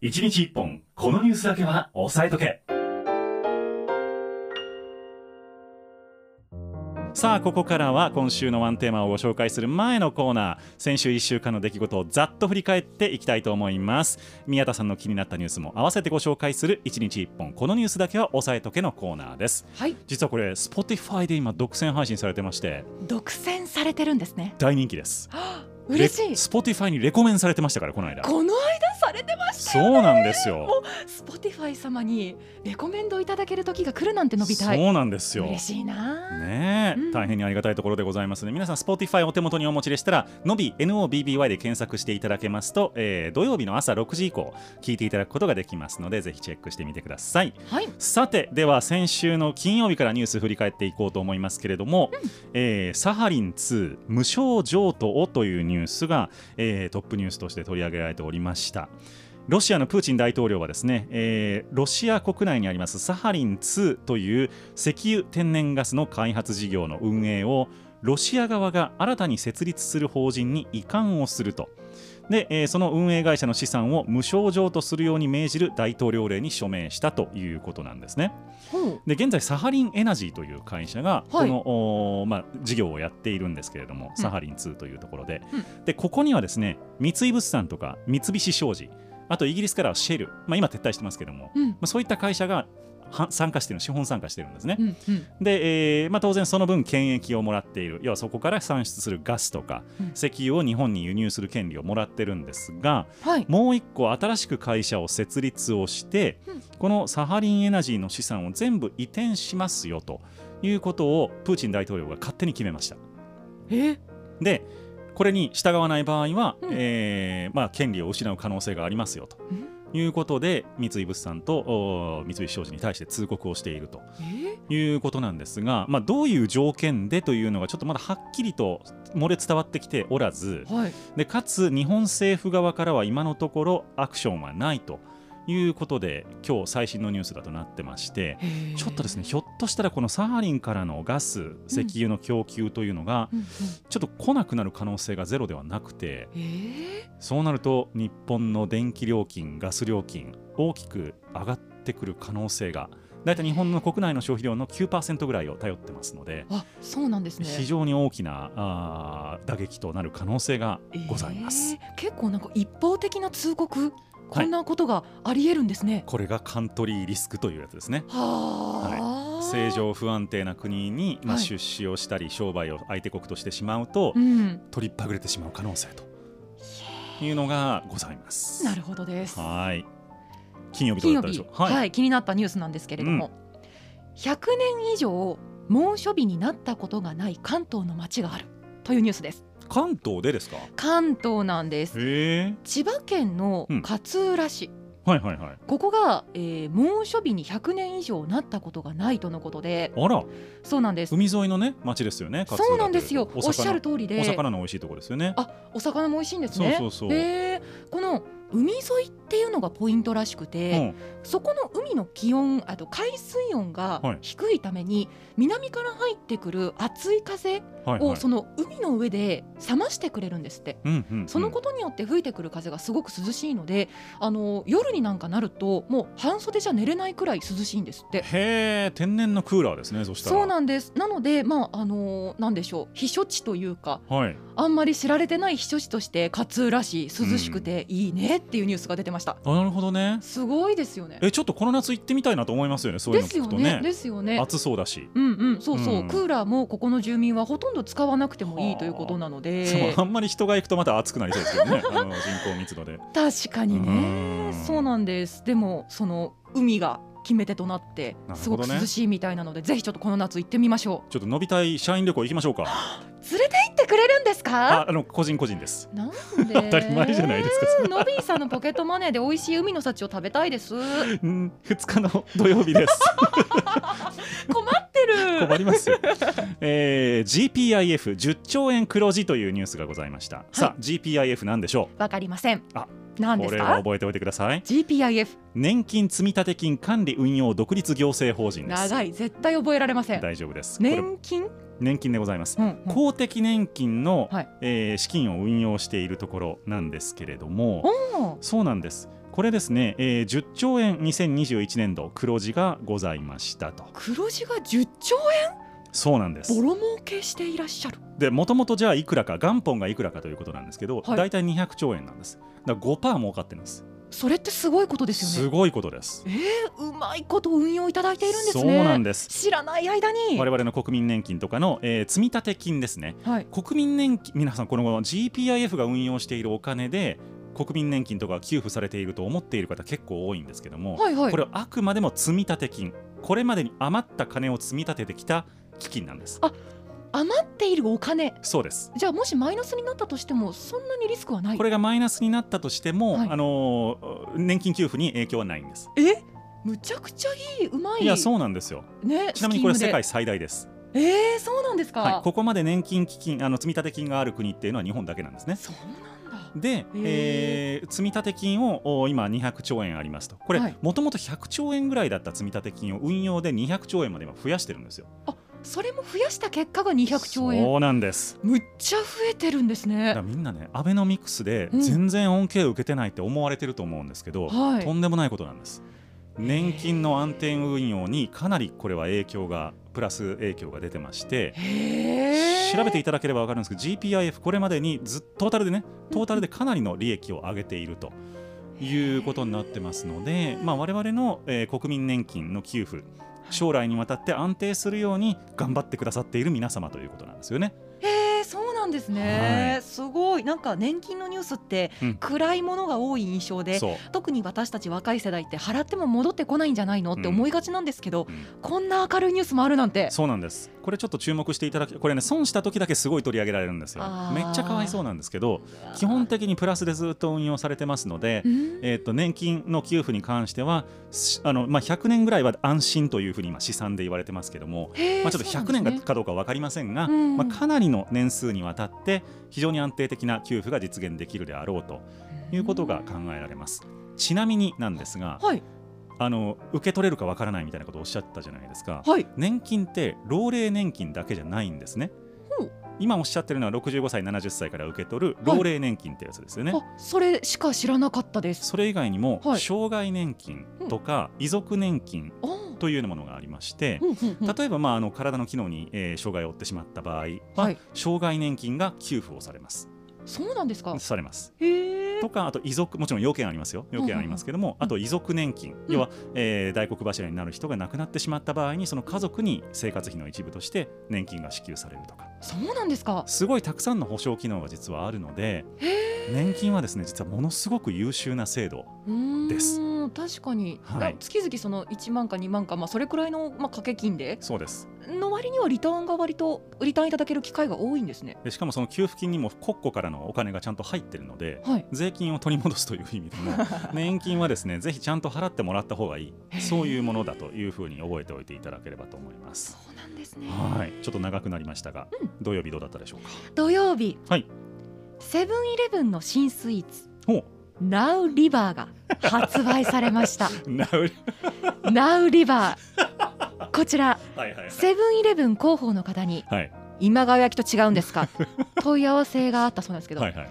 一日一本、このニュースだけは押さえとけ。さあここからは今週のワンテーマをご紹介する前のコーナー先週1週間の出来事をざっと振り返っていきたいと思います宮田さんの気になったニュースも合わせてご紹介する1日1本このニュースだけは押さえとけのコーナーですはい、実はこれ Spotify で今独占配信されてまして独占されてるんですね。大人気です嬉しい。 Spotify にレコメンされてましたからこの間この間されてましたそうなんですよスポティファイ様にレコメンドいただける時が来るなんて伸びたい。そうなんですよ嬉しいな。ねえ、うん大変にありがたいところでございますね皆さん Spotify お手元にお持ちでしたらのび NOBBY で検索していただけますと、えー土曜日の朝6時以降聞いていただくことができますのでぜひチェックしてみてくださいはい、さてでは先週の金曜日からニュース振り返っていこうと思いますけれども、えーサハリン2無償譲渡をというニュースが、えートップニュースとして取り上げられておりましたロシアのプーチン大統領はですね、えーロシア国内にありますサハリン2という石油天然ガスの開発事業の運営をロシア側が新たに設立する法人に移管をするとで、えーその運営会社の資産を無償譲渡するように命じる大統領令に署名したということなんですね。ほで現在サハリンエナジーという会社がこはいの、おーまあ、事業をやっているんですけれども、サハリン2というところで,、うでここにはですね三井物産とか三菱商事あとイギリスからはシェル、まあ、今撤退してますけども、う。うんま、あ、そういった会社がは参加している資本参加しているんですねう。ん、うん。で、えーまあ、当然その分権益をもらっている要はそこから産出するガスとかうん石油を日本に輸入する権利をもらってるんですがはい。もう一個新しく会社を設立をしてうんこのサハリンエナジーの資産を全部移転しますよということをプーチン大統領が勝手に決めました。え、でこれに従わない場合は、うんえーまあ、権利を失う可能性がありますよとうんいうことで三井物産とおー三菱商事に対して通告をしているとえ、いうことなんですが、まあ、どういう条件でというのがちょっとまだはっきりと漏れ伝わってきておらずはい。でかつ日本政府側からは今のところアクションはないということで今日最新のニュースだとなってましてちょっとですねひょっとしたらこのサハリンからのガス石油の供給というのがうんうん。ちょっと来なくなる可能性がゼロではなくてえそうなると日本の電気料金ガス料金大きく上がってくる可能性が大体日本の国内の消費量の9%ぐらいを頼ってますのでー、あ、そうなんですね。非常に大きなあー打撃となる可能性がございますえ。ー。結構なんか一方的な通告、こんなことがあり得るんですね。これがカントリーリスクというやつですね。はあ。正。常不安定な国に、まあ、はい出資をしたり商売を相手国としてしまうと、うん。取りっぱぐれてしまう可能性というのがございます。なるほどです。はい。金曜日どう金だったで曜し日ょう。、はい、気になったニュースなんですけれども、100年以上猛暑日になったことがない関東の街があるというニュースです。関東でですか。関東なんです。へえ。千葉県のうん勝浦市、はいはいはい。ここが、えー猛暑日に100年以上なったことがないとのことで、あら、そうなんです。海沿いのね、町ですよね。勝浦そうなんですよと。いうとおっしゃる。通りお魚おで、魚の美味しいところですよね。あ、お魚も美味しいんですね。そうそうそうで、この海沿いっていうのがポイントらしくて、うん。そこの海の気温あと海水温がはい低いために、南から入ってくる熱い風はいはをいそ。の海の上で冷ましてくれるんですって。うんうんうん。そのことによって吹いてくる風がすごく涼しいのであの夜になんかなるともう半袖じゃ寝れないくらい涼しいんですってへえ、天然のクーラーですね。そしたら。そうなんですなのでまああのなんでしょう避暑地というかはい。あんまり知られてない避暑地として勝浦市涼しくていいねっていうニュースが出てました、あ、なるほどね。すごいですよねえ、ちょっとこの夏行ってみたいなと思いますよね。そういうでのす聞よくとねね。ですよね暑そうだし。うんうん、そうそう、うんクーラーもここの住民はほとんど使わなくてもいいということなのでそうあんまり人が行くとまた暑くなりそうですけどね。あの人口密度で。確かにうねんそうなんですでもその海が決め手となってなるすほごどねく涼しいみたいなのでぜひちょっとこの夏行ってみましょちょっと伸びたい社員旅行行きましょうか。う連れて行ってくれるんですあか、あの個人個人です。なんで当たり前じゃないですかそんなノビーさんのポケットマネーで美味しい海の幸を食べたい です困うん、2日の土曜日です。 ってる困りますよ。えー GPIF10 兆円黒字というニュースがございました。さあ、GPIF なんでしょわかりませんあう。何でこすれはか覚えておいてください。 GPIF 年金積立金管理運用独立行政法人です。長い絶対覚えられません大丈夫です。これ年金、年金でございます。うんうん公的年金の、はいえー資金を運用しているところなんですけれども、おーそうなんです。これですね、えー10兆円2021年度黒字がございましたと黒字が10兆そうなんです円ボロ儲けしていらっしゃるでもともとじゃあいくらか元本がいくらかということなんですけど、はい大体200兆円なんですだから5%儲かってるんですそれってすごいことですよすねごいことですえー、うまいこと運用いただいているんですねそうなんです知らない間に我々の国民年金とかの、えー積立金ですねはい国民年金皆さんこの GPIF が運用しているお金で国民年金とか給付されていると思っている方結構多いんですけども、はいはいこれはあくまでも積立金これまでに余った金を積み立ててきた基金なんですあ余っているお金そうですじゃあもしマイナスになったとしてもそんなにリスクはないこれがマイナスになったとしても、はいあのー年金給付に影響はないんです、えむちゃくちゃいいうまいい、やそうなんですよねちなみにこれスキ世ームで界最大です、えー、そうなんですか、はい、ここまで年金基金あの積立金がある国っていうのは日本だけなんですねそうなんだで、えー積立金をお今200兆円ありますとこれはいもともと100兆円ぐらいだった積立金を運用で200兆円まで今増やしてるんですよそれも増やした結果が200兆円そうなんですむっちゃ増えてるんですだねからみんなねアベノミクスでうん全然恩恵を受けてないって思われてると思うんですけど、はといんでもないことなんです年金の安定運用にかなりこれは影響がプラス影響が出てましてへー調べていただければ分かるんですけど GPIF これまでにずっトータルでねトータルでかなりの利益を上げているということになってますので、まあ、我々の、えー国民年金の給付将来にわたって安定するように頑張ってくださっている皆様ということなんですよね。へーそうなんですね、はすごいなんか年金のニュースってうん暗いものが多い印象で、そう特に私たち若い世代って払っても戻ってこないんじゃないのってうん思いがちなんですけど、うんこんな明るいニュースもあるなんてそうなんですこれちょっと注目していただきこれね損した時だけすごい取り上げられるんですよあーめっちゃかわいそうなんですけど基本的にプラスでずっと運用されてますので、うんえー、と年金の給付に関してはしあの、まあ、100年ぐらいは安心というふうに今試算で言われてますけども、へーまあ、ちょっと100そう年ながんですねかどうか分かりませんがうんまあ、かなりの年数にわたって非常に安定的な給付が実現できるであろうということが考えられます。ちなみになんですがはいあの受け取れるかわからないみたいなことをおっしゃったじゃないですか。はい年金って老齢年金だけじゃないんですねほう。今おっしゃってるのは65歳70歳から受け取る老齢年金ってやつですよね。あそれしか知らなかったですそれ以外にも、はい障害年金とか遺族年金あーというようなものがありまして、うんうんうん例えば、まあ、あの体の機能に、えー障害を負ってしまった場合は、はい障害年金が給付をされます。そうなんですかされますへえとかあと遺族もちろん要件ありますよ要件ありますけども、あと遺族年金、要は、えー大黒柱になる人が亡くなってしまった場合にその家族に生活費の一部として年金が支給されるとかそうなんですかすごいたくさんの保障機能が実はあるのでへえ年金はですね実はものすごく優秀な制度うーんです確かに、はいな月々その1万か2万か、まあ、それくらいの、まあ、掛け金でそうですの割にはリターンが割とリターンいただける機会が多いんですねでしかもその給付金にも国庫からのお金がちゃんと入ってるのではい税金を取り戻すという意味 でも年金はですねぜひちゃんと払ってもらった方がいへーいそういうものだというふうに覚えておいていただければと思いますそうなんですねはいちょっと長くなりましたが、うん土曜日どうだったでしょうか土曜日はいセブンイレブンの新スイーツほうナウリバーが発売され ましたなうナウリバーこちらはいはいはいセブンイレブン広報の方にはい今川焼きと違うんで すか問い合わせがあったそうなんですけど、はいはい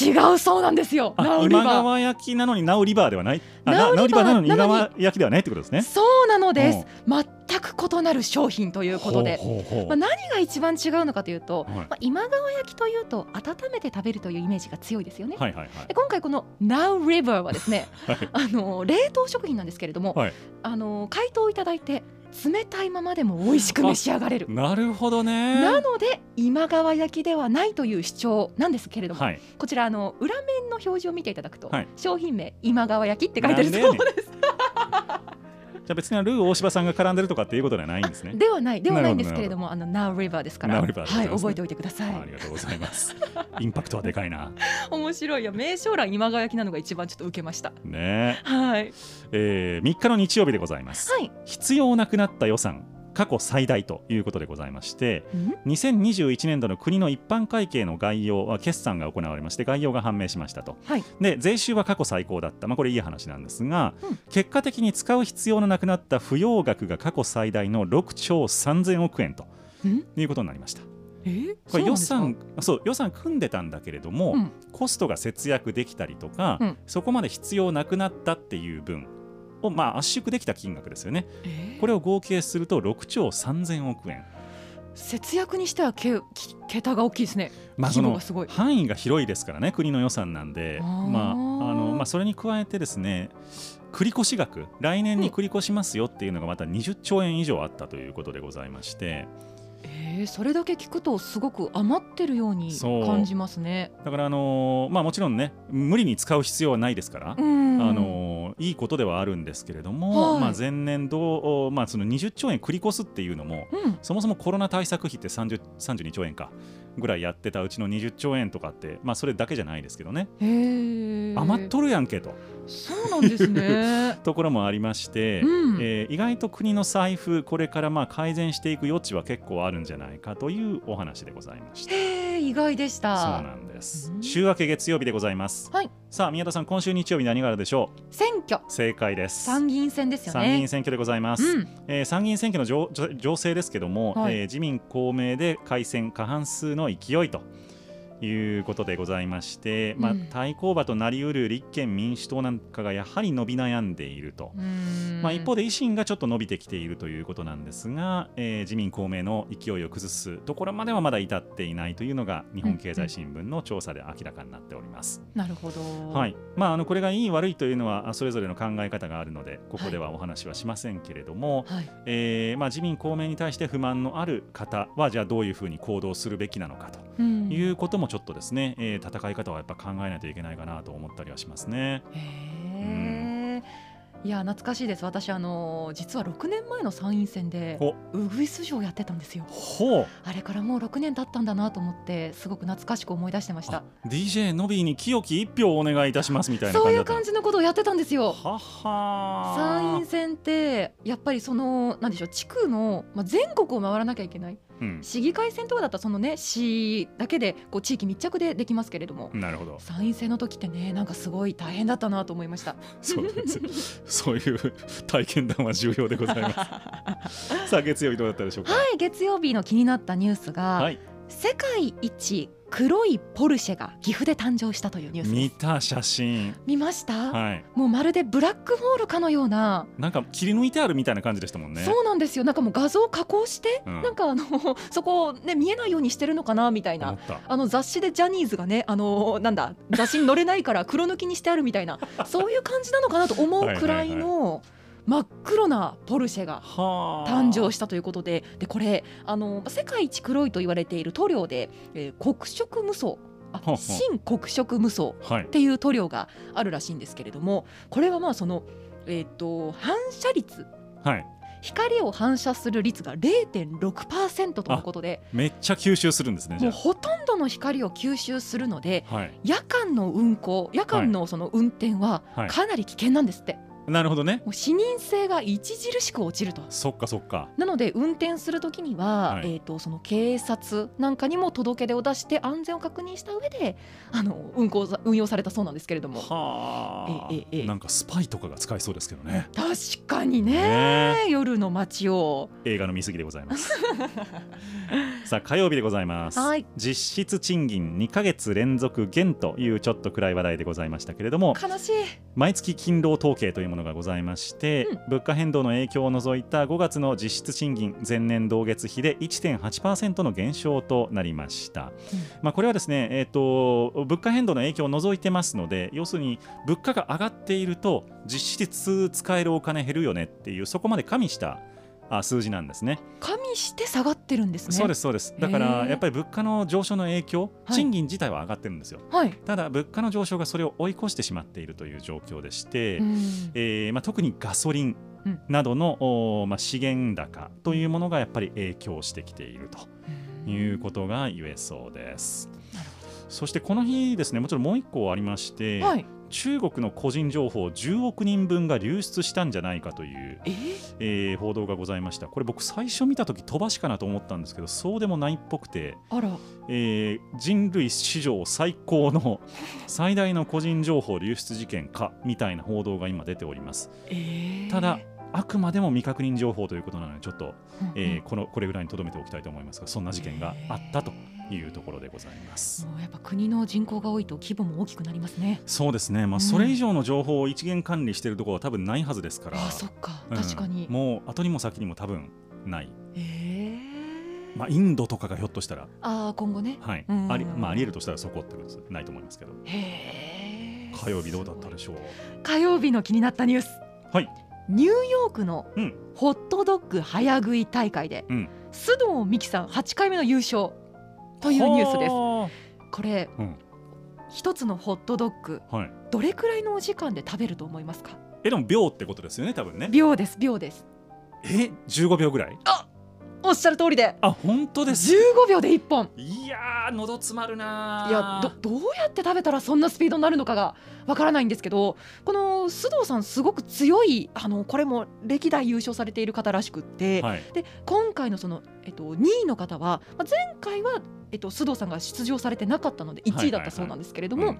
違うそうなんですよナあウリ今バー川焼きなのになうリバーではないあななうなうりりばばーーなのにな今のに川焼きではないってことですねそうなのです全く異なる商品ということでほうほうほうまあ、何が一番違うのかというと、はいまあ、今川焼きというと温めて食べるというイメージが強いですよね。はいはいはいで今回この Now River はですね、 はいあの冷凍食品なんですけれども、はいあの解凍いただいて冷たいままでも美味しく召し上がれる。なるほどねなので今川焼きではないという主張なんですけれども、はいこちらあの裏面の表示を見ていただくと、はい商品名今川焼きって書いてなるんでそやうねんじゃあ別にルー大柴さんが絡んでるとかっていうことではないんですね。ではないではないんですけれどもあの Now River ですから Now River ですねはい覚えておいてくださいあ。りがとうございます。 インパクトはでかいな。面白いや名将欄今川焼きなのが一番ちょっと受けましたねはいえ、えー、3日の日曜日でございます。はい必要なくなった予算、過去最大ということでございまして、ん2021年度の国の一般会計の概要は決算が行われまして、概要が判明しましたと。はいで、税収は過去最高だった、まあ、これいい話なんですが、うん結果的に使う必要のなくなった不用額が過去最大の6兆3000億円とうんいうことになりました。えーこれ予そうなん算そう予算組んでたんだけれども、うんコストが節約できたりとか、うんそこまで必要なくなったっていう分を、まあ、圧縮できた金額ですよねですかえーこれを合計すると6兆3000億円、節約にしてはけき桁が大きいですねまあ、規そ模のがすごい範囲が広いですからね国の予算なんであーまああのまあ、それに加えてですね繰越額来年に繰り越しますよっていうのがまた20兆円以上あったということでございましてえー、それだけ聞くとすごく余ってるようにそう感じますね。だから、あのまあ、もちろんね無理に使う必要はないですからう、んあのいいことではあるんですけれども、はいまあ、前年度、まあ、その20兆円繰り越すっていうのもうんそもそもコロナ対策費って30 32兆円かぐらいやってたうちの20兆円とかって、まあ、それだけじゃないですけどねへー余っとるやんけとそうなんですねところもありまして、うん えー意外と国の財布これからまあ改善していく余地は結構あるんじゃないかというお話でございました。へー意外でしそうたなんです、うん週明け月曜日でございます、はいさあ宮田さん今週日曜日何があるでしょう選挙正解です参議院選ですよね参議院選挙でございます、うんえー参議院選挙の情情情勢ですけども、はいえー自民公明で改選過半数の勢いということでございまして、まあうん、対抗馬となりうる立憲民主党なんかがやはり伸び悩んでいると、うんまあ、一方で維新がちょっと伸びてきているということなんですが、えー自民公明の勢いを崩すところまではまだ至っていないというのが日本経済新聞の調査で明らかになっております。なるほど、はいまあ、あのこれがいい悪いというのはあそれぞれの考え方があるのでここではお話はしませんけれども、はいえーまあ、自民公明に対して不満のある方はじゃあどういうふうに行動するべきなのかとうんいうこともちょっとですね、えー戦い方はやっぱ考えないといけないかなと思ったりはしますね。へーいや懐かしいです私あの実は6年前の参院選でほウグイス城やってたんですよほうあれからもう6年経ったんだなと思ってすごく懐かしく思い出してましたあ DJ のびーに清き一票をお願いいたしますみたいなそう感じいだうった感んですじのことをやってたんですよはは参院選ってやっぱりそのなんでしょう地区の、まあ、全国を回らなきゃいけないうん市議会選とかだったらそのね市だけでこう地域密着でできますけれども、なるほ ど参院選の時ってねなんかすごい大変だったなと思いましたそうですそういう体験談は重要でござい ますさあ月曜日どうだったでしょうかはい月曜日の気になったニュースが、はい世界一黒いポルシェが岐阜で誕生したというニュースで見すた写真見ました、はいもうまるでブラックホールかのような、なんか切り抜いてあるみたいな感じでしたもんねそうなんですよなんかもう画像加工して、うんなんかあの そこをね見えないようにしてるのかなみたい思なったあの雑誌でジャニーズがねあのなんだ雑誌に載れないから黒抜きにしてあるみたいなそういう感じなのかなと思うくらいの真っ黒なポルシェがはあ誕生したということででこれあの世界一黒いと言われている塗料で、えー黒色無双あほうほう新黒色無双っはいていう塗料があるらしいんですけれどもこれはまあその、えー、と反射率はい光を反射する率が0.6%とのことでめっちゃ吸収するんですねじもうゃほとんどの光を吸収するのであはい夜間の運行夜間のその運転ははいかなり危険なんですって、なるほどねもう視認性が著しく落ちるとそっかそっかなので運転するときには、はいえー、とその警察なんかにも届け出を出して安全を確認した上であの運行さ運用されたそうなんですけれどもはあええええなんかスパイとかが使えそうですけどね確かにねね夜の街を映画の見過ぎでございます さあ火曜日でございます、はい実質賃金2ヶ月連続減というちょっと暗い話題でございましたけれども悲しい毎月勤労統計というものがございまして、うん物価変動の影響を除いた5月の実質賃金前年同月比で1.8%の減少となりました、まあ、これはですね、えー、と物価変動の影響を除いてますので要するに物価が上がっていると実質使えるお金減るよねっていうそこまで加味したあ数字なんですね。加味して下がってるんですねそうですすそうですだからへーやっぱり物価の上昇の影響、はい賃金自体は上がってるんですよはい、ただ物価の上昇がそれを追い越してしまっているという状況でして、うんえーまあ、特にガソリンうんなどの、おーまあ、資源高というものがやっぱり影響してきているということが言えそうですなる。そしてこの日ですねもちろんもう一個ありまして、はい中国の個人情報10億人分が流出したんじゃないかという、えーえー報道がございましたこれ僕最初見た時飛ばしかなと思ったんですけどそうでもないっぽくて、あらえー人類史上最高の最大の個人情報流出事件かみたいな報道が今出ております。えーただあくまでも未確認情報ということなのでちょっと、うんえーこのこれぐらいにとどめておきたいと思いますがそんな事件があったというところでございます。もうやっぱ国の人口が多いと規模も大きくなりますね。そうですね、まうんあ、それ以上の情報を一元管理しているところは多分ないはずですから、あそっか、うん確かに。もう後にも先にも多分ない、ええまあ、インドとかがひょっとしたら、ああ今後ね。はいうんありまあ、ありえるとしたらそこってことですないと思いますけどへえ。火曜日どうだったでししょうょう。火曜日の気になったニュース。はい。ニューヨークのうんホットドッグ早食い大会で、うん須藤美希さん8回目の優勝というニュースです。はこれ、うん一つのホットドッグあはい、どれくらいのお時間で食べると思いますか。えでも秒ってことですよね多分ね秒です秒です。え15秒ぐらいおっしゃる通りで。あ本当です15秒で一本。いやー喉詰まるないやどどうやって食べたらそんなスピードになるのかがわからないんですけどこの須藤さんすごく強いあのこれも歴代優勝されている方らしくって、はいで今回のその、えっと、2位の方はまあ前回は、えっと、須藤さんが出場されてなかったので1位だったそうなんですけれども、うん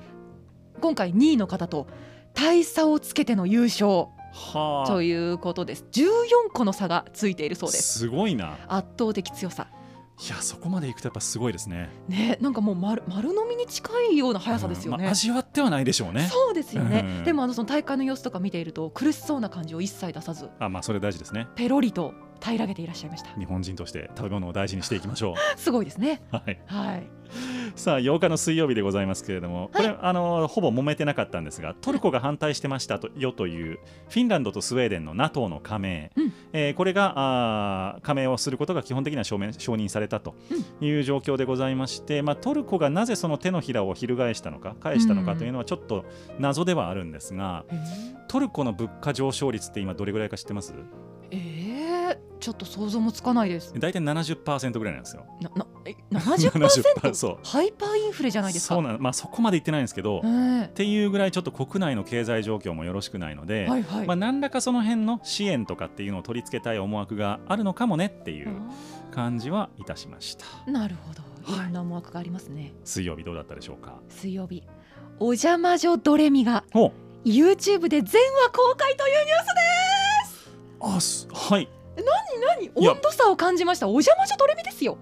今回2位の方と大差をつけての優勝はあということです14個の差がついているそうですすごいな圧倒的強さいやそこまでいくとやっぱすごいですねねなんかもう丸丸飲みに近いような速さですようんね、まあ味わってはないでしょうねそうですよね、うんでもあのその大会の様子とか見ていると苦しそうな感じを一切出さずあまあそれ大事ですねペロリと平らげていらっしゃいました日本人として食べ物を大事にしていきましょ すごいですねうはいはいさあ8日の水曜日でございますけれども、これあのほぼ揉めてなかったんですがトルコが反対してましたとよというフィンランドとスウェーデンの NATO の加盟、うんえーこれがあー加盟をすることが基本的には承認承認されたという状況でございまして、まあ、トルコがなぜその手のひらを翻したのか返したのかというのはちょっと謎ではあるんですが、トルコの物価上昇率って今どれぐらいか知ってますえー、ちょっと想像もつかないです大体70%ぐらいなんですよ。なな え 70%? そうハイパーインフレじゃないですかそうなんまあ、そこまでいってないんですけど、えっていうぐらいちょっと国内の経済状況もよろしくないので、えはいはい、まあ、何らかその辺の支援とかっていうのを取り付けたい思惑があるのかもねっていうあ感じはいたしましたーなるほどいはいろんな思惑がありますね、水曜日どうだったでしょうか水曜日お邪魔女ドレミがお YouTube で全話公開というニュースあすはいですいや何温度差を感じましたお邪魔女ドレミ ですよ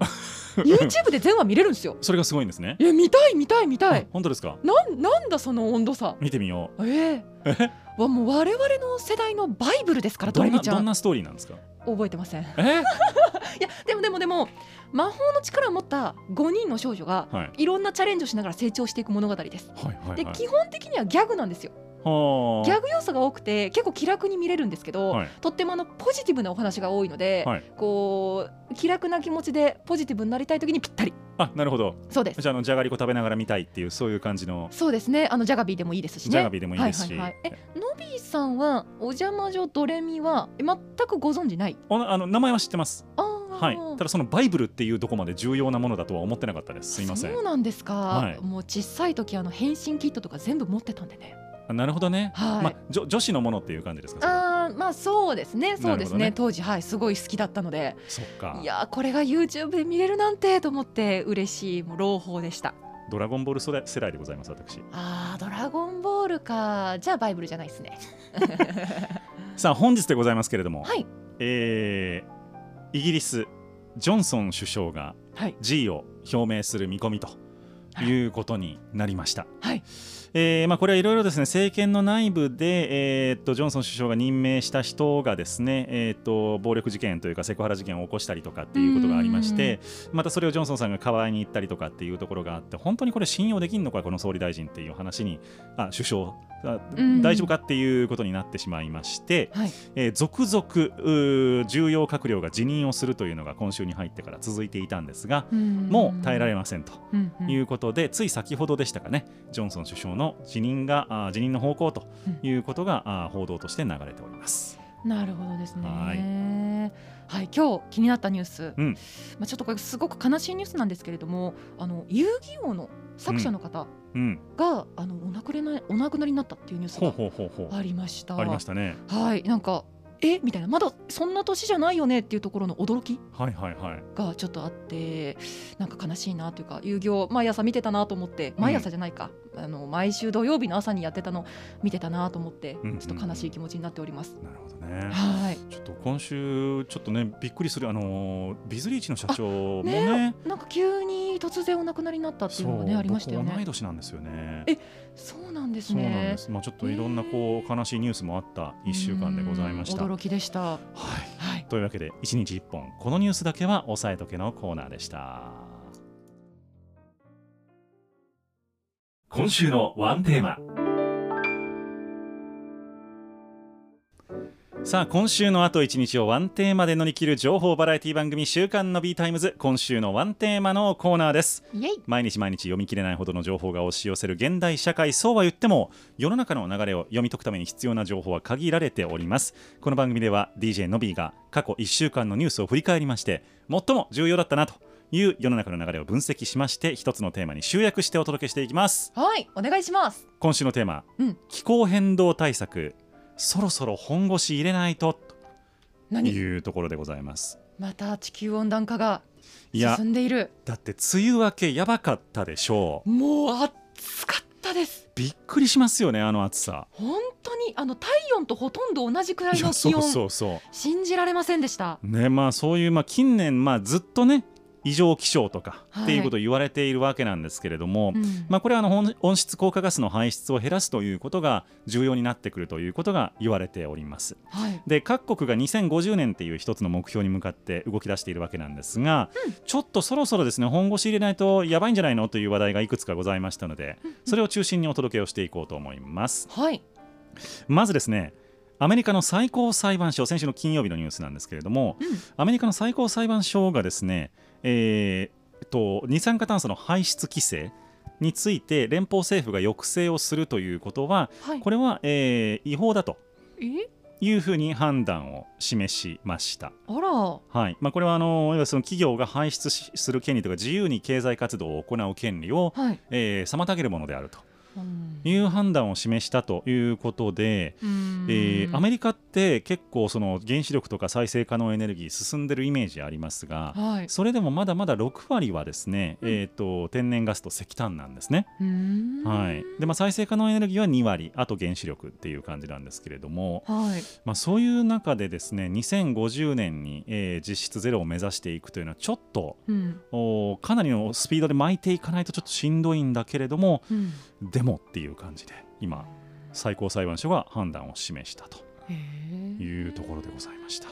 YouTube で全話見れるんですよそれがすごいんですねえ見たい見たい見たあい本当ですかなんなんだその温度差見てみよええわもう我々の世代のバイブルですうからドどレんミなちどゃんんなストーリーなんですか覚えてませんいえやでもでもでも魔法の力を持った5人の少女がはいいろんなチャレンジをしながら成長していく物語ですはいはいではい基本的にはギャグなんですよはあギャグ要素が多くて結構気楽に見れるんですけど、はいとってもあのポジティブなお話が多いので、はいこう気楽な気持ちでポジティブになりたい時にぴったりあなるほどそうですじゃああのじゃがりこ食べながら見たいっていうそういう感じのそうですねあのジャガビーでもいいですしねジャガビーでもいいですし、はいはいはい、えのびさんはお邪魔女ドレミはえ全くご存じないおなあの名前は知ってますあはいただそのバイブルっていうどこまで重要なものだとは思ってなかったですすいいませんそうなんですか、はいもう小さい時あの変身キットとか全部持ってたんでねあなるほどね、はい、まあ、女女子のものっていう感じですかそれはあーまあそうですねそうなるですねほどね当時はいすごい好きだったのでそっかいやーこれが YouTube で見れるなんてと思って嬉しいもう朗報でしたドラゴンボール世代世代でございます私あードラゴンボールかじゃあバイブルじゃないですねさあ本日でございますけれども、はいえーイギリスジョンソン首相がはい辞意を表明する見込みということになりました、はいえーまあ、これはいろいろですね政権の内部で、えーっとジョンソン首相が任命した人がですね、えーっと暴力事件というかセクハラ事件を起こしたりとかっていうことがありましてまたそれをジョンソンさんが代わりに行ったりとかっていうところがあって本当にこれ信用できんのかこの総理大臣っていう話にあ首相あうん大丈夫かっていうことになってしまいまして、はいえー続々うー重要閣僚が辞任をするというのが今週に入ってから続いていたんですがもう耐えられませんとうんうんいうことでつい先ほどでしたかねジョンソン首相の辞任があー辞任の方向ということが、あー報道として流れております。なるほどですね。ははいい、今日気になったニュース、うんまあちょっとこれすごく悲しいニュースなんですけれども、あの遊戯王の作者の方うん、が、あのお亡くなりなお亡くなりになったっていうニュースほうがほうほうほうありました。ありましたね。はい、なんかえみたいなまだそんな年じゃないよねっていうところの驚きはいはいはいがちょっとあってなんか悲しいなというか遊戯王毎朝見てたなと思って毎朝じゃないか、あの毎週土曜日の朝にやってたの見てたなと思ってうんうんちょっと悲しい気持ちになっております。なるほどねはいちょっと今週ちょっとねびっくりするあのービズリーチの社長もねねなんか急に突然お亡くなりになったっていうのがねありましたよ僕同いね。年なんですよねえそうなんですそうなんねで。す、まあ、ちょっといろんなこう悲しいニュースもあった1週間でございました。うはん驚きでした。いはい。というわけで1日1本このニュースだけは押さえとけのコーナーでした今週のワンテーマさあ今週のあと1日をワンテーマで乗り切る情報バラエティ番組「週刊の B タイムズ」今週のワンテーマのコーナーですイエイ。毎日毎日読み切れないほどの情報が押し寄せる現代社会そうは言っても世の中の流れを読み解くために必要な情報は限られておりますこの番組では DJ のびーが過去1週間のニュースを振り返りまして最も重要だったなという世の中の流れを分析しまして一つのテーマに集約してお届けしていきますはい。お願いします。今週のテーマ、うん気候変動対策そろそろ本腰入れないとと何？いうところでございますまた地球温暖化がいや進んでいる。だって梅雨明けやばかったでしょうもう暑かったです。びっくりしますよねあの暑さ本当にあの体温とほとんど同じくらいいのやそ気う温。そうそう信じられませんでした。ねまあ、そういう、まあ、近年、まあ、ずっとね異常気象とかはいっていうことを言われているわけなんですけれども、うんまあ、これはあの本温室効果ガスの排出を減らすということが重要になってくるということが言われております。はい。で各国が2050年っていう一つの目標に向かって動き出しているわけなんですが、ちょっとそろそろですね本腰入れないとやばいんじゃないのという話題がいくつかございましたのでそれを中心にお届けをしていこうと思います。はい。まずですねアメリカの最高裁判所先週の金曜日のニュースなんですけれども、うんアメリカの最高裁判所がですね、えーと二酸化炭素の排出規制について連邦政府が抑制をするということははい。これは、えー違法だとえ？いうふうに判断を示しました。あら。はいまあ、これはあのいわゆるその企業が排出しする権利とか自由に経済活動を行う権利を、はい。えー妨げるものであるとうんいう判断を示したということで、うんえーアメリカって結構その原子力とか再生可能エネルギー進んでるイメージありますが、はい。それでもまだまだ6割はですね、えー、と天然ガスと石炭なんですね、うんはいでまあ、再生可能エネルギーは2割あと原子力っていう感じなんですけれども、はい。まあ、そういう中でですね2050年に、えー実質ゼロを目指していくというのはちょっとうん。おーかなりのスピードで巻いていかないとちょっとしんどいんだけれどもうん。でもっていう感じで今最高裁判所が判断を示したとへーいうところでございました。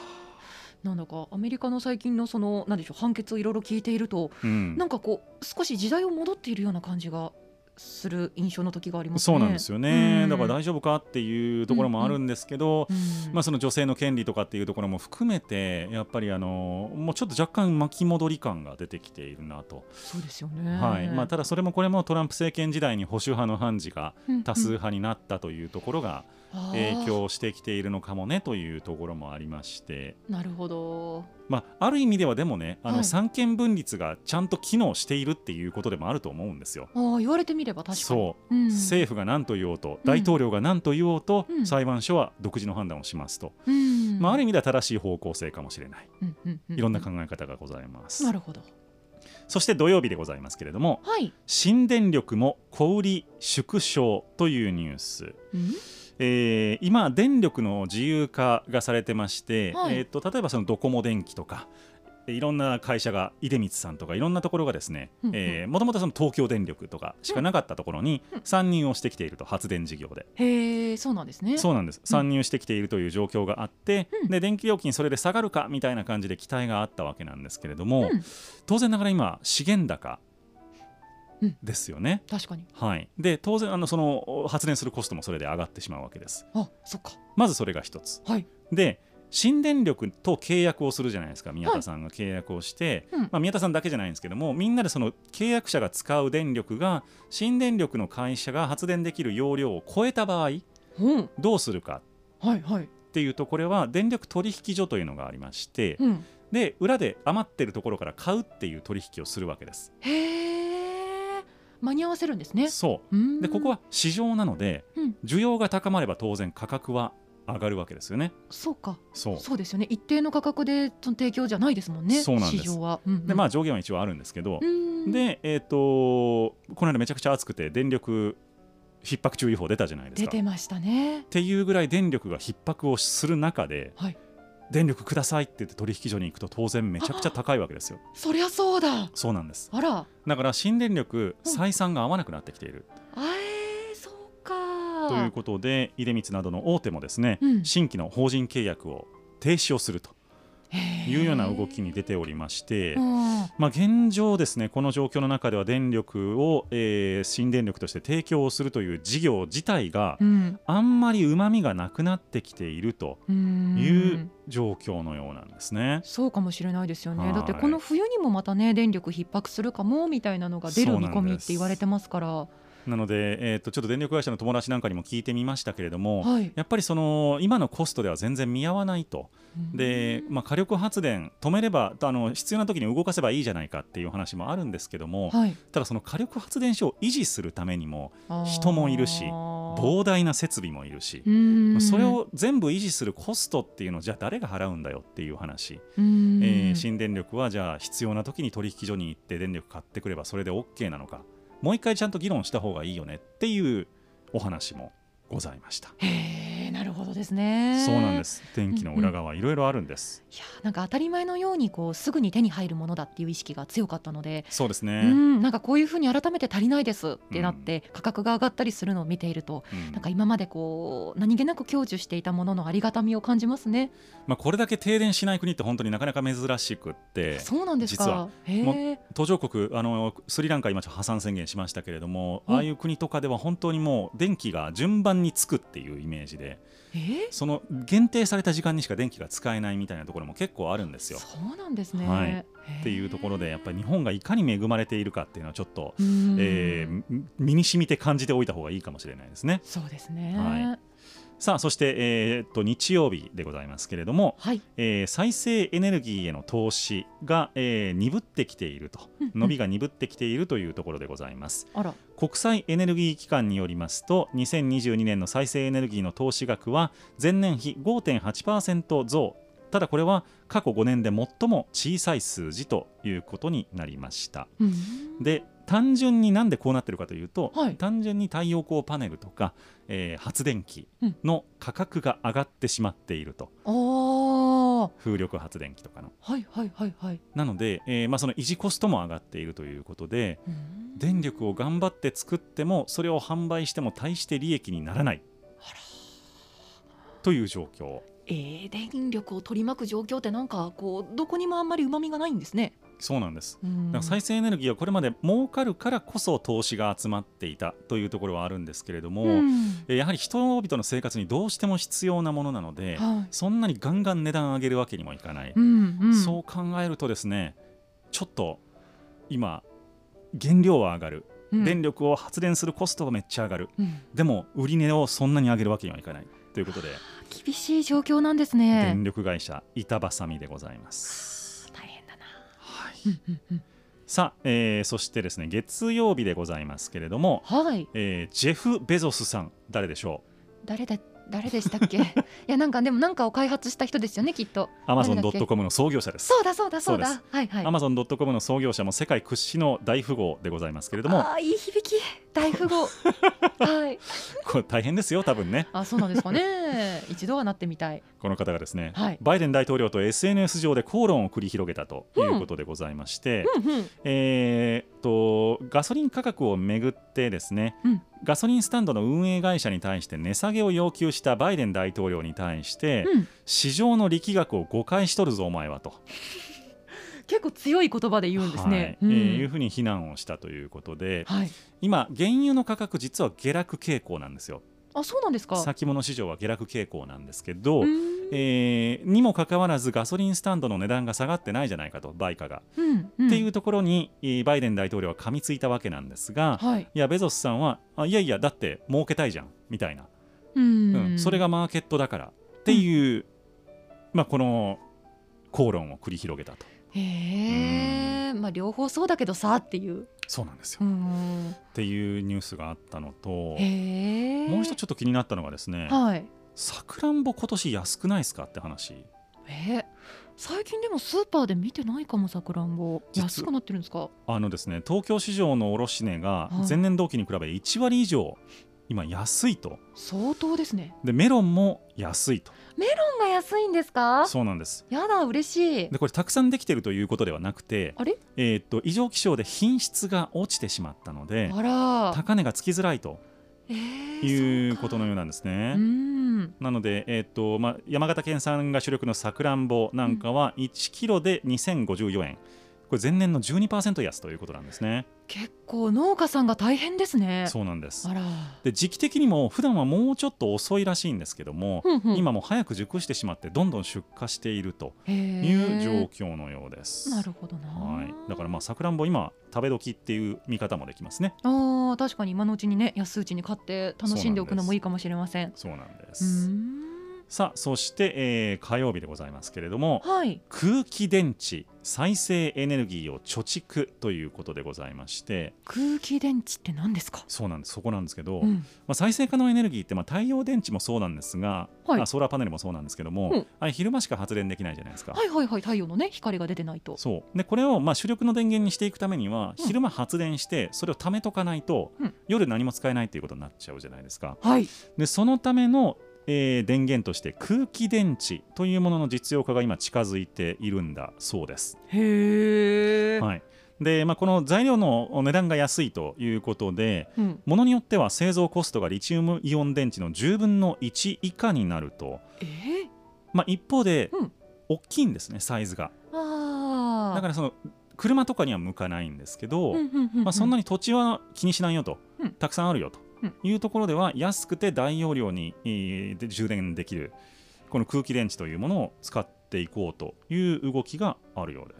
なんだかアメリカの最近のそのなんでしょう判決をいろいろ聞いていると、うんなんかこう少し時代を戻っているような感じがする印象の時がありますそね。うなんですよね、うんだから大丈夫かっていうところもあるんですけど、うんまあ、その女性の権利とかっていうところも含めてやっぱりあのもうちょっと若干巻き戻り感が出てきているなと、そうですよね。はいまあ、ただそれもこれもトランプ政権時代に保守派の判事がうんうん多数派になったというところがあー影響してきているのかもねというところもありまして。なるほど。まあ、ある意味ではでもねあはのい三権分立がちゃんと機能しているっていうことでもあると思うんですよ。ああ言われてみれば確かに。そうう。ん、政府が何と言おうと、うん大統領が何と言おうと、うん裁判所は独自の判断をしますと、うん、まあ、ある意味では正しい方向性かもしれない、うんうんうん、いろんな考え方がございます。なるほど。そして土曜日でございますけれども、はい。新電力も小売縮小というニュース。うんえー今、電力の自由化がされてまして、はいえー、と例えばそのドコモ電機とか、えーいろんな会社が、出光さんとか、いろんなところがですねうんうんもともと東京電力とかしかなかったところにうん参入をしてきていると、発電事業で。へえそうなんですね。そうなんです参入してきているという状況があって、うんで電気料金それで下がるかみたいな感じで期待があったわけなんですけれども、うん当然ながら今資源高うんですよね。確かに。はい、で当然あのその発電するコストもそれで上がってしまうわけです。あそっか。まずそれが一つはい。で新電力と契約をするじゃないですか宮田さんが契約をして、うんまあ、宮田さんだけじゃないんですけどもみんなでその契約者が使う電力が新電力の会社が発電できる容量を超えた場合うん。どうするかはいはい。っていうとこれは電力取引所というのがありまして、うん。で裏で余ってるところから買うっていう取引をするわけです。へえ間に合わせるんですね。そううんでここは市場なので、うん需要が高まれば当然価格は上がるわけですよね。そうかそうそうですよね一定の価格でその提供じゃないですもんねそうなんです市場は、うんうんでまあ上限は一応あるんですけどう、んでえっ、とこの間めちゃくちゃ暑くて電力逼迫注意報出たじゃないです出か。てましたねっていうぐらい電力が逼迫をする中で、はい電力くださいって言って取引所に行くと当然めちゃくちゃ高いわけですよ。そりゃそうだそうなんですあらだから新電力うん採算が合わなくなってきているあえー、そうかということで出光などの大手もですね、うん新規の法人契約を停止をするとへーいうような動きに出ておりまして。うんまあ、現状、ですねこの状況の中では電力を、えー新電力として提供するという事業自体がうんあんまりうまみがなくなってきているとうんいう状況のようなんですね。そうかもしれないですよはねいだってこの冬にもまたね電力逼迫するかもみたいなのが出る見込みって言われてますからなので、えー、とちょっと電力会社の友達なんかにも聞いてみましたけれども、はいやっぱりその今のコストでは全然見合わないと、でまあ、火力発電、止めればあの必要な時に動かせばいいじゃないかっていう話もあるんですけども、はいただ、その火力発電所を維持するためにも、人もいるし膨大な設備もいるし、うんそれを全部維持するコストっていうのをじゃあ誰が払うんだよっていう話、うんえー新電力はじゃあ必要な時に取引所に行って電力買ってくればそれで OK なのかもう一回ちゃんと議論した方がいいよねっていうお話もございました。へえなるほどですねそうなんですす電気の裏側いろいろあるんです、いやなんか当たり前のようにこうすぐに手に入るものだっていう意識が強かったのでそうですうね、んなんかこういうふうに改めて足りないですってなって価格が上がったりするのを見ているとうんなんか今までこう何気なく享受していたもののありがたみを感じますね。まあ、これだけ停電しない国って本当になかなか珍しくってそうなんです実かは。へえ。途上国あのスリランカ今ちょっと破産宣言しましたけれども、うんああいう国とかでは本当にもう電気が順番につくっていうイメージでえその限定された時間にしか電気が使えないみたいなところも結構あるんですよ。そうなんですね。はいへえっていうところでやっぱり日本がいかに恵まれているかっていうのはちょっと、うんえーみ身に染みて感じておいた方がいいかもしれないですね。そうですね。はさあそして、えーっと日曜日でございますけれども、はい。えー再生エネルギーへの投資が、えー鈍ってきているとうんうん伸びが鈍ってきているというところでございます。あら。国際エネルギー機関によりますと2022年の再生エネルギーの投資額は前年比5.8%増ただこれは過去5年で最も小さい数字ということになりましたうんで単純になんでこうなってるかというと、はい単純に太陽光パネルとか、えー発電機の価格が上がってしまっていると、ああ。は風力発電機とかのいはいはいはい。なので、えーまあ、その維持コストも上がっているということで、うん電力を頑張って作ってもそれを販売しても大して利益にならないという状況えー、電力を取り巻く状況ってなんかこうどこにもあんまりうまみがないんですね。そうなんですうんだから再生エネルギーはこれまで儲かるからこそ投資が集まっていたというところはあるんですけれども、うんえやはり人々の生活にどうしても必要なものなので、はい。そんなにガンガン値段上げるわけにもいかない、うんうん。そう考えるとですねちょっと今原料は上がる、うん電力を発電するコストがめっちゃ上がるうんでも売り値をそんなに上げるわけにはいかないということで厳しい状況なんですね電。力会社板挟みでございます。大変だな。はい、うんうんさあ、えーそしてですね月曜日でございますけれども、はい。えージェフ・ベゾスさん誰でしょ誰だ誰でし たっけいやなんかでもなんかを開発した人ですよねきっとうアマゾン・ド誰だッっトけコムの創業者です。そうだそうだそうだそうではいはいアマゾン・ドットコムの創業者も世界屈指の大富豪でございますけれどもあーいい響き大富 豪はいこれ大変ですよ多分ねあそうなんですかね 一度はなってみたいこの方がですね、はいバイデン大統領と SNS 上で口論を繰り広げたということでございまして、うんうんえーっとガソリン価格をめぐってですね、うんガソリンスタンドの運営会社に対して値下げを要求したバイデン大統領に対して、うん市場の力学を誤解しとるぞお前はと結構強い言葉で言うんですねはいうんえーいうふうに非難をしたということではい今原油の価格実は下落傾向なんですよあそうなんですか先物市場は下落傾向なんですけど、うんえーにもかかわらずガソリンスタンドの値段が下がってないじゃないかと売価が、うんうんっていうところにえーバイデン大統領は噛みついたわけなんですが、はいいやベゾスさんはあいやいやだって儲けたいじゃんみたいな、ううんん、それがマーケットだからっていう、まあ、この口論を繰り広げたとへえまあ両方そうだけどさっていうそうなんですよ、うっんていうニュースがあったのとへえもう一つちょっと気になったのがですねはいさくらんぼ今年安くないですかって話えー最近でもスーパーで見てないかもさくらんぼ実は安くなってるんですかあのですね東京市場の卸値がはい前年同期に比べ1割以上今安いと相当ですねでメロンも安いと本が安いんですかそうなんですやだ嬉しいでこれたくさんできてるということではなくてあれえーっと異常気象で品質が落ちてしまったのであら高値がつきづらいとえーいうそうかことのようなんですね。うんなので、えーっとまあ、山形県産が主力のさくらんぼなんかは1キロで2054円、これ前年の12%安ということなんですね。結構農家さんが大変ですねそうなんですあらで時期的にも普段はもうちょっと遅いらしいんですけども、ふんふん今もう早く熟してしまってどんどん出荷しているとへーいう状況のようです。なるほどなはい、だからまあさくらんぼ今食べ時っていう見方もできますね。あー確かに今のうちにね安いうちに買って楽しんでおくのもいいかもしれませんそうなんでうす。んさあそして、えー火曜日でございますけれどもはい空気電池再生エネルギーを貯蓄ということでございまして空気電池って何ですかそうなんですそこなんですけど、うんまあ、再生可能エネルギーって、まあ、太陽電池もそうなんですが、はいあソーラーパネルもそうなんですけども、うんあれ昼間しか発電できないじゃないですか。はいはいはい太陽のね光が出てないとそうでこれをまあ主力の電源にしていくためには、うん昼間発電してそれを貯めとかないと、うん夜何も使えないということになっちゃうじゃないですか。はいでそのための、えー電源として空気電池というものの実用化が今近づいているんだそうです。へえ、はいでまあ、この材料の値段が安いということでうん、ものによっては製造コストがリチウムイオン電池の10分の1以下になると、えー、まあ、一方で、うん大きいんですねサイズがああだからその車とかには向かないんですけど、うんうんうんまあ、そんなに土地は気にしないよと、うんたくさんあるよとうんいうところでは安くて大容量に、えーで充電できるこの空気電池というものを使っていこうという動きがあるようでへ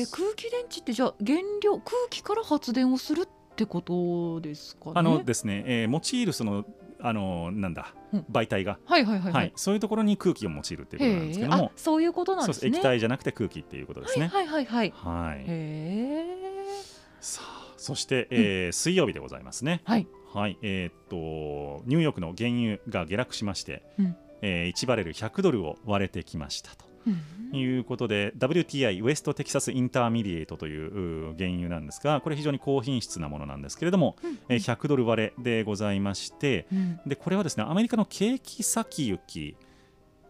えす。空気電池ってじゃあ原料空気から発電をするってことですかねあのですね、えー用いるそのあのなんだ、うん媒体が、はいはいはいははいい、そういうところに空気を用いるということなんですけへえどあも、そういうことなんそうですですね液体じゃなくて空気っていうことですね。はいはいはいははいいへえさあそして、えー水曜日でございますね。はいはい、えーっとニューヨークの原油が下落しまして、うんえー1バレル100ドルを割れてきましたとうんいうことで、WTI ウエストテキサスインターミディエイトといううー原油なんですがこれ非常に高品質なものなんですけれども、うんえー100ドル割れでございましてうんでこれはですねアメリカの景気先行き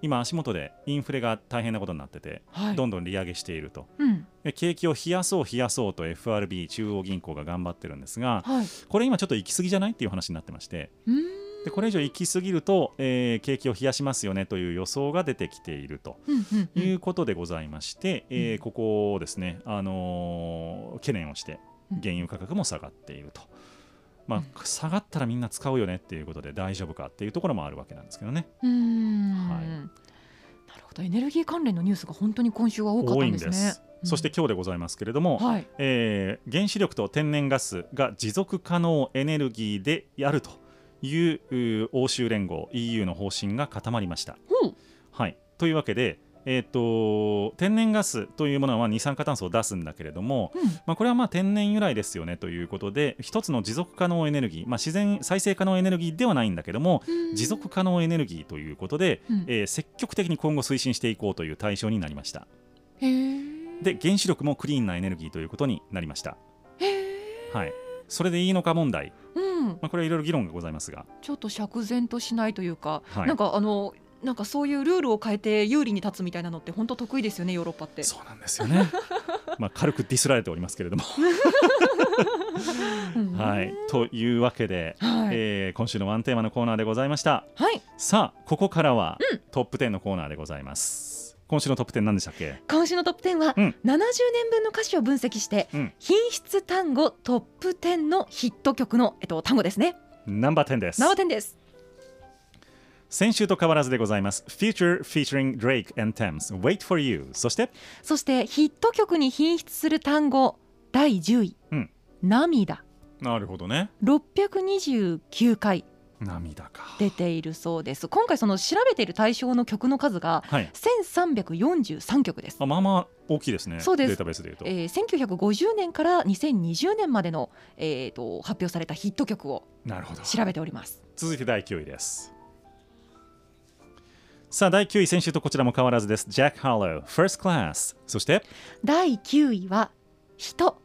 今足元でインフレが大変なことになっててはいどんどん利上げしていると。うんで景気を冷やそう冷やそうと FRB 中央銀行が頑張ってるんですがはいこれ今ちょっと行き過ぎじゃないっていう話になってましてうんでこれ以上行き過ぎると、えー景気を冷やしますよねという予想が出てきているとうんうんういんうことでございまして、えーうんここをですね、あのー懸念をしてうん原油価格も下がっていると。まあう、下がったらみんな使うよねっていうことで大丈夫かっていうところもあるわけなんですけどね。うーんはいなるほどエネルギー関連のニュースが本当に今週は多かったんですねうんそして今日でございますけれども、はいえー原子力と天然ガスが持続可能エネルギーでやるといううー欧州連合 EU の方針が固まりました。ほうはい、というわけで、えー、と天然ガスというものは二酸化炭素を出すんだけれども、うんまあ、これはまあ天然由来ですよねということで一つの持続可能エネルギー、まあ、自然再生可能エネルギーではないんだけどもうん持続可能エネルギーということで、うんえー積極的に今後推進していこうという対象になりましたへえで原子力もクリーンなエネルギーということになりました、へえはい、それでいいのか問題、うんまあ、これはいろいろ議論がございますが、ちょっと釈然としないというか、はいなんかあのなんかそういうルールを変えて有利に立つみたいなのって本当得意ですよねヨーロッパって。そうなんですよねまあ軽くディスられておりますけれど も、うんはい、というわけで、はい、えー今週のワンテーマのコーナーでございましたはいさあここからは、トップ10のコーナーでございます今週のトップ10何でしたっけ今週のトップ10は、うん70年分の歌詞を分析して、うん品質単語トップ10のヒット曲のえっと単語ですね。ナンバー10です生点です。先週と変わらずでございます Future featuring Drake and Thames Wait for You そしてそしてヒット曲に品質する単語第10位、うん涙なるほどね629回涙か出ているそうです。今回その調べている対象の曲の数がはい1343曲です。あまあまあ大きいですねそうですデータベースでいうと、えー、1950年から2020年までの、えー、と発表されたヒット曲をなるほど調べております。続いて第9位ですさあ第9位先週とこちらも変わらずですジャック・ハロー First Class そして第9位は人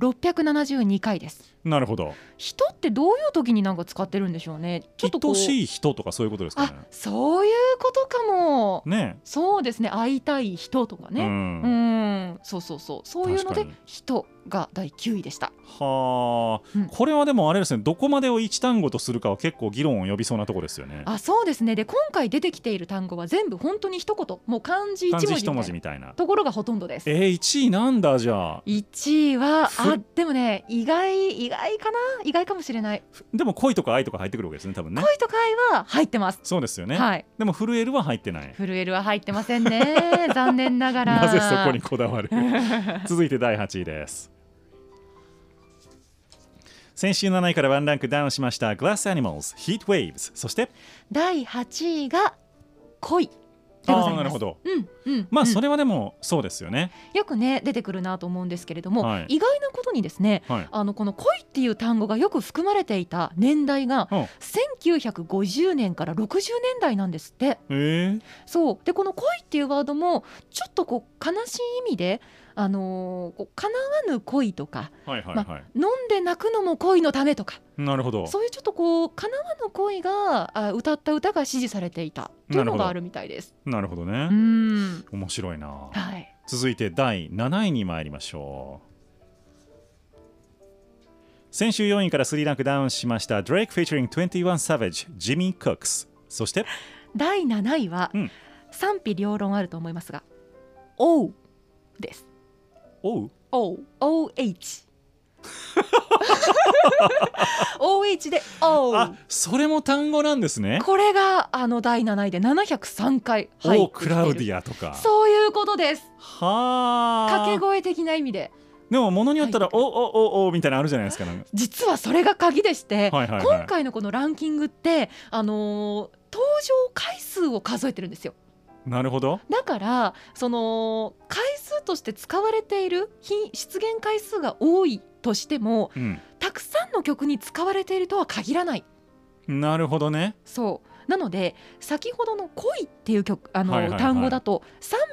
672回ですなるほど人ってどういう時になんか使ってるんでしょうねちょっとこう愛しい人とかそういうことですかねあそういうことかもねそうですね会いたい人とかうねうんんそうそうそうそういうの確でかに人が第9位でしたはあ、うんこれはでもあれですねどこまでを一単語とするかは結構議論を呼びそうなところですよねあそうですねで今回出てきている単語は全部本当に一言もう漢字一漢文字字一文みた字みいなたいなところがほとんどですえー、1位なんだじゃあ1位はふあでもね意外意外かな意外かもしれないでも恋とか愛とか入ってくるわけですね多分ね恋と愛は入ってますそうですよね、はいでも震えるは入ってない震えるは入ってませ んね残念ながらなぜそこにこだ わる続いて第8位です先週7位からワンランクダウンしましたグラスアニマルズ Heat Waves そして第8位が恋でございますあーなるほどうんうんまあうんそれはでもそうですよね、よくね出てくるなと思うんですけれども、はい意外なことにですねはいあのこの恋っていう単語がよく含まれていた年代がうん1950年から60年代なんですってえー、そうでこの恋っていうワードもちょっとこう悲しい意味であのーこう叶わぬ恋とかはいはいはい、飲んで泣くのも恋のためとかなるほどそういうちょっとこう叶わぬ恋があ歌った歌が支持されていたというのがあるみたいです。なるほどうね、ーん面白いなはい、続いて第7位に参りましょう先週4位から3ランクダウンしました Drake featuring 21 Savage Jimmy Cooks そして第7位は、うん賛否両論あると思いますが「おう」です。おうおう OH OH で「おあうそれも単語なんです」ねこれがあの第7位で703回入おっうてクラウディィアとかそういうことですはあ掛け声的な意味ででもものによったら、はいおおおおみたいなのあるじゃないですかなんか実はそれが鍵でして、はいはいはい今回のこのランキングって、あのー登場回数を数えてるんですよなるほどだからその回数として使われている品出現回数が多いとしてもうんたくさんの曲に使われているとは限らないなるほどねそうなので先ほどの「恋」っていう曲あの、はいはいはい単語だと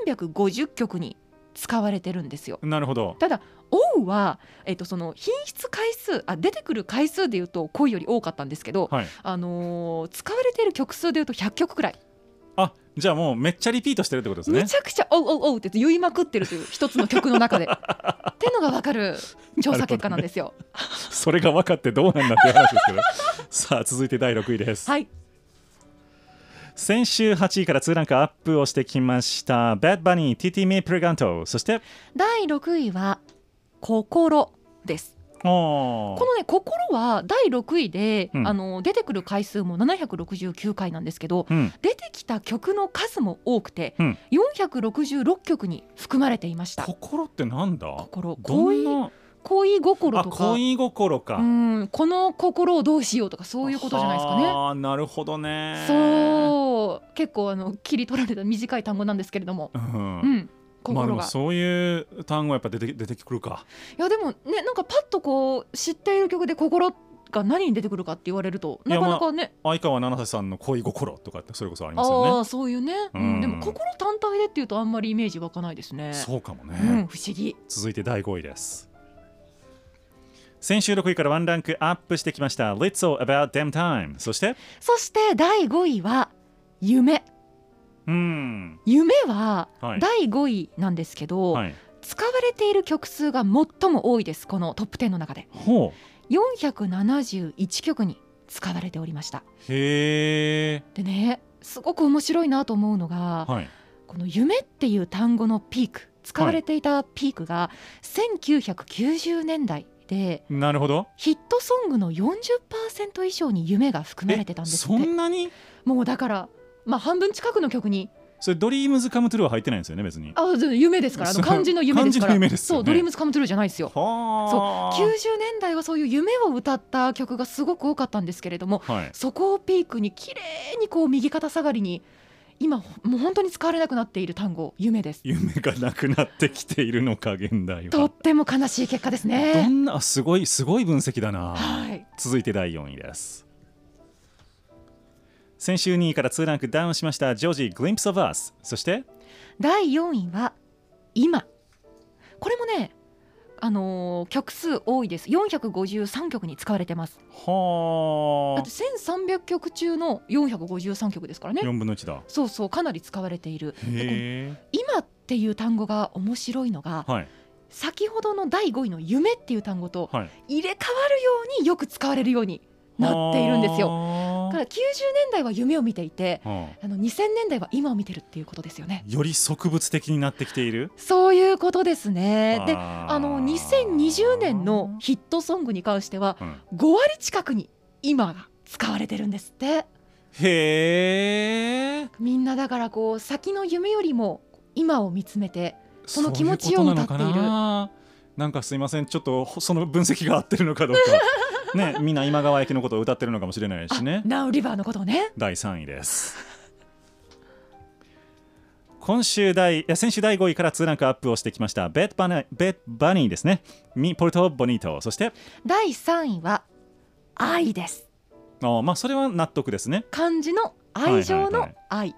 350曲に使われてるんですよ。なるほどただ「おう」は、えっとその品質回数あ出てくる回数でいうと「恋」より多かったんですけど、はいあのー使われている曲数でいうと100曲くらい、あじゃあもうめっちゃリピートしてるってことですねめちゃくちゃ「おうおうおう」って言いまくってるという一つの曲 の中でっていうのが分かる調査結果なんですよ。それが分かってどうなんだっていう話ですけど さあ続いて第6位です、はい先週8位から2ランクアップをしてきましたバッドバニーティティミープレガントそして第6位は「心」です。おーこのね心は第6位で、うんあの出てくる回数も769回なんですけどうん出てきた曲の数も多くて、うん466曲に含まれていました。心ってなんだ心どん恋な恋心あとか恋心か、うんこの心をどうしようとかそういうことじゃないですかね。ああなるほどねそう結構あの切り取られた短い単語なんですけれども、う、んうん、まあで心が、もそういう単語やっぱ出て出てくるかいやでもねなんかパッとこう知っている曲で心が何に出てくるかって言われるといやなかなかね、相川七瀬さんの恋心とかってそれこそありあますよあーそういうね、ううんん、でも心単体でっていうとあんまりイメージ湧かないですねね。そうかもね、うん、不思議続いて第5位です先週6位からワンランクアップしてきました「Let's All About Damn Time」そしてそして第5位は夢うん夢ははい第5位なんですけど、はい使われている曲数が最も多いですこのトップ10の中でほ471曲に使われておりましたうへえでねすごく面白いなと思うのが、はいこの「夢」っていう単語のピーク使われていたピークが1990年代でなるほどヒットソングの40%以上に夢が含まれてたんですそってんなにもうだから、まあ、半分近くの曲にそれ「Dreams Come True」は入ってないんですよね別にはあそう夢ですからあそのう漢字の夢ですか漢ら字の夢ですよそねう「ドリームズカムトゥルーじゃないですよあ90年代はそういう夢を歌った曲がすごく多かったんですけれどもはいそこをピークに綺麗にこう右肩下がりに今もう本当に使われなくなっている単語夢です夢がなくなってきているのか現代とはっても悲しい結果ですどねんなすごいすごい分析だなはい続いて第4位です先週2位から2ランクダウンしましたジョージ・グリンプス・オブ・アスそして第4位は今これもねあのー曲数多いです453曲に使われてますだはって1300曲中の453曲ですからあね4分の1だそうそうかなり使われているへえ今っていう単語が面白いのがはい先ほどの第5位の夢っていう単語とはい入れ替わるようによく使われるようになっているんですよだよから90年代は夢を見ていてあの2000年代は今を見てるっていうことですよねより植物的になってきているそういうことですねであーあの2020年のヒットソングに関してはうん5割近くに今が使われてるんですってへえみんなだからこう先の夢よりも今を見つめてその気持ちをそういうことなの歌っているかななんかすいませんちょっとほその分析が合ってるのかどうか ねみんな今川駅のことを歌ってるのかもしれないしねナウリバーのことをね第3位です今週第いや先週第5位から2ランクアップをしてきましたベッドバニーベッドバニーですねミポルトボニートそして第3位は愛ですあーまあそれは納得ですね漢字の愛情のはい愛、こ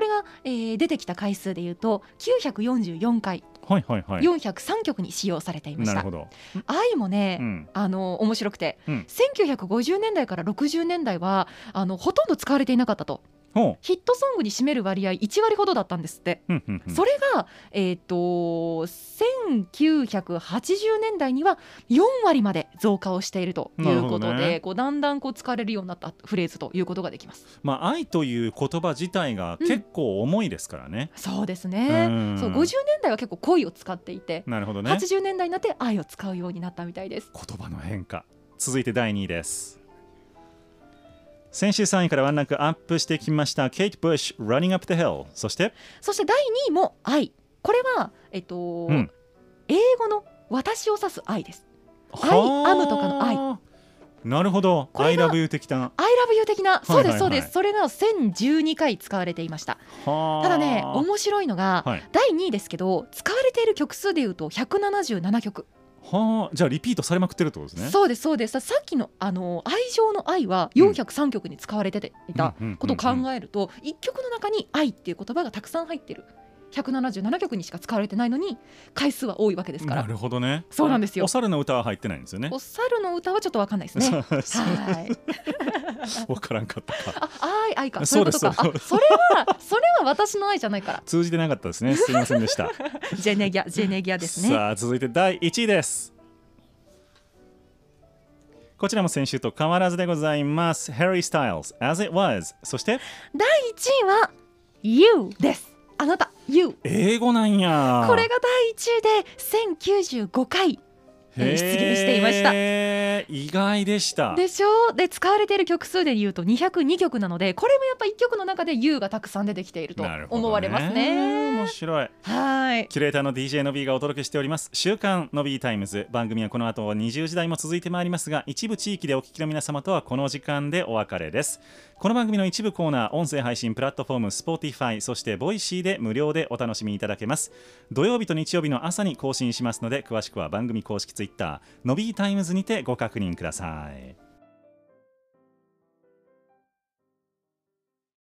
れが、えー出てきた回数でいうと944回、はいはいはい403曲に使用されていましなるたほど、愛もね、うん、あの面白くて、うん1950年代から60年代はあのほとんど使われていなかったとほヒットソングに占める割合1割ほどだったんですって、ううんうんうんそれが、えー、と1980年代には4割まで増加をしているといなるうほこどとで、ねこうだんだんこう使われるようになったフレーズということができます。まあ愛という言葉自体が結構重いですからね、そうですね、うんそう50年代は結構恋を使っていて、なるほどね80年代になって愛を使うようになったみたいです。言葉の変化続いて第2位です先週3位からワンランクアップしてきましたケイト・ブッシュ Running Up the Hill そしてそして第2位も愛。これは、えっと、うん英語の私を指す愛です。I am とかの I の愛なるほどこ I れが love you 的な I love you 的な、そうです、そうではいす。それが1012回使われていました。たただね、面白いのが、はい第2位ですけど、使われている曲数でいうと177曲。はあじゃあリピートされまくってるってことですねそうです、そうです。ささっきのあの愛情の愛は403曲に使われてていたうんうんうんうんことを考えると、1曲の中に愛っていう言葉がたくさん入ってる。177曲にしか使われてないのに回数は多いわけですからなるほどねそうなんですよお猿の歌は入ってないんですよねお猿の歌はちょっとわかんないですね。そう そうはい。わからんかったかあ、あい、愛か。そそうういうこですとか。あ、そそうれは、それは私の愛じゃないから。通じてなかったです ねすいませんでしたジェネギア、ジェネギアですね。さあ続いて第1位ですこちらも先週と変わらずでございますハリー・スタイルズ As It Was そして第一位は You です。あなた You。英語なんやこれが第一位で1095回えー出現していましたへー意外でしたでしょう。で使われている曲数で言うと202曲なので、これもやっぱ一曲の中で You がたくさん出てきているとなるほど思われます面ね。白いはい。キュレーターの DJ の B がお届けしております週刊の B タイムズ番組はこの後20時台も続いてまいりますが一部地域でお聞きの皆様とはこの時間でお別れですこの番組の一部コーナー音声配信プラットフォーム Spotify そして Voicy で無料でお楽しみいただけます土曜日と日曜日の朝に更新しますので詳しくは番組公式 Twitter の B タイムズにてご確認ください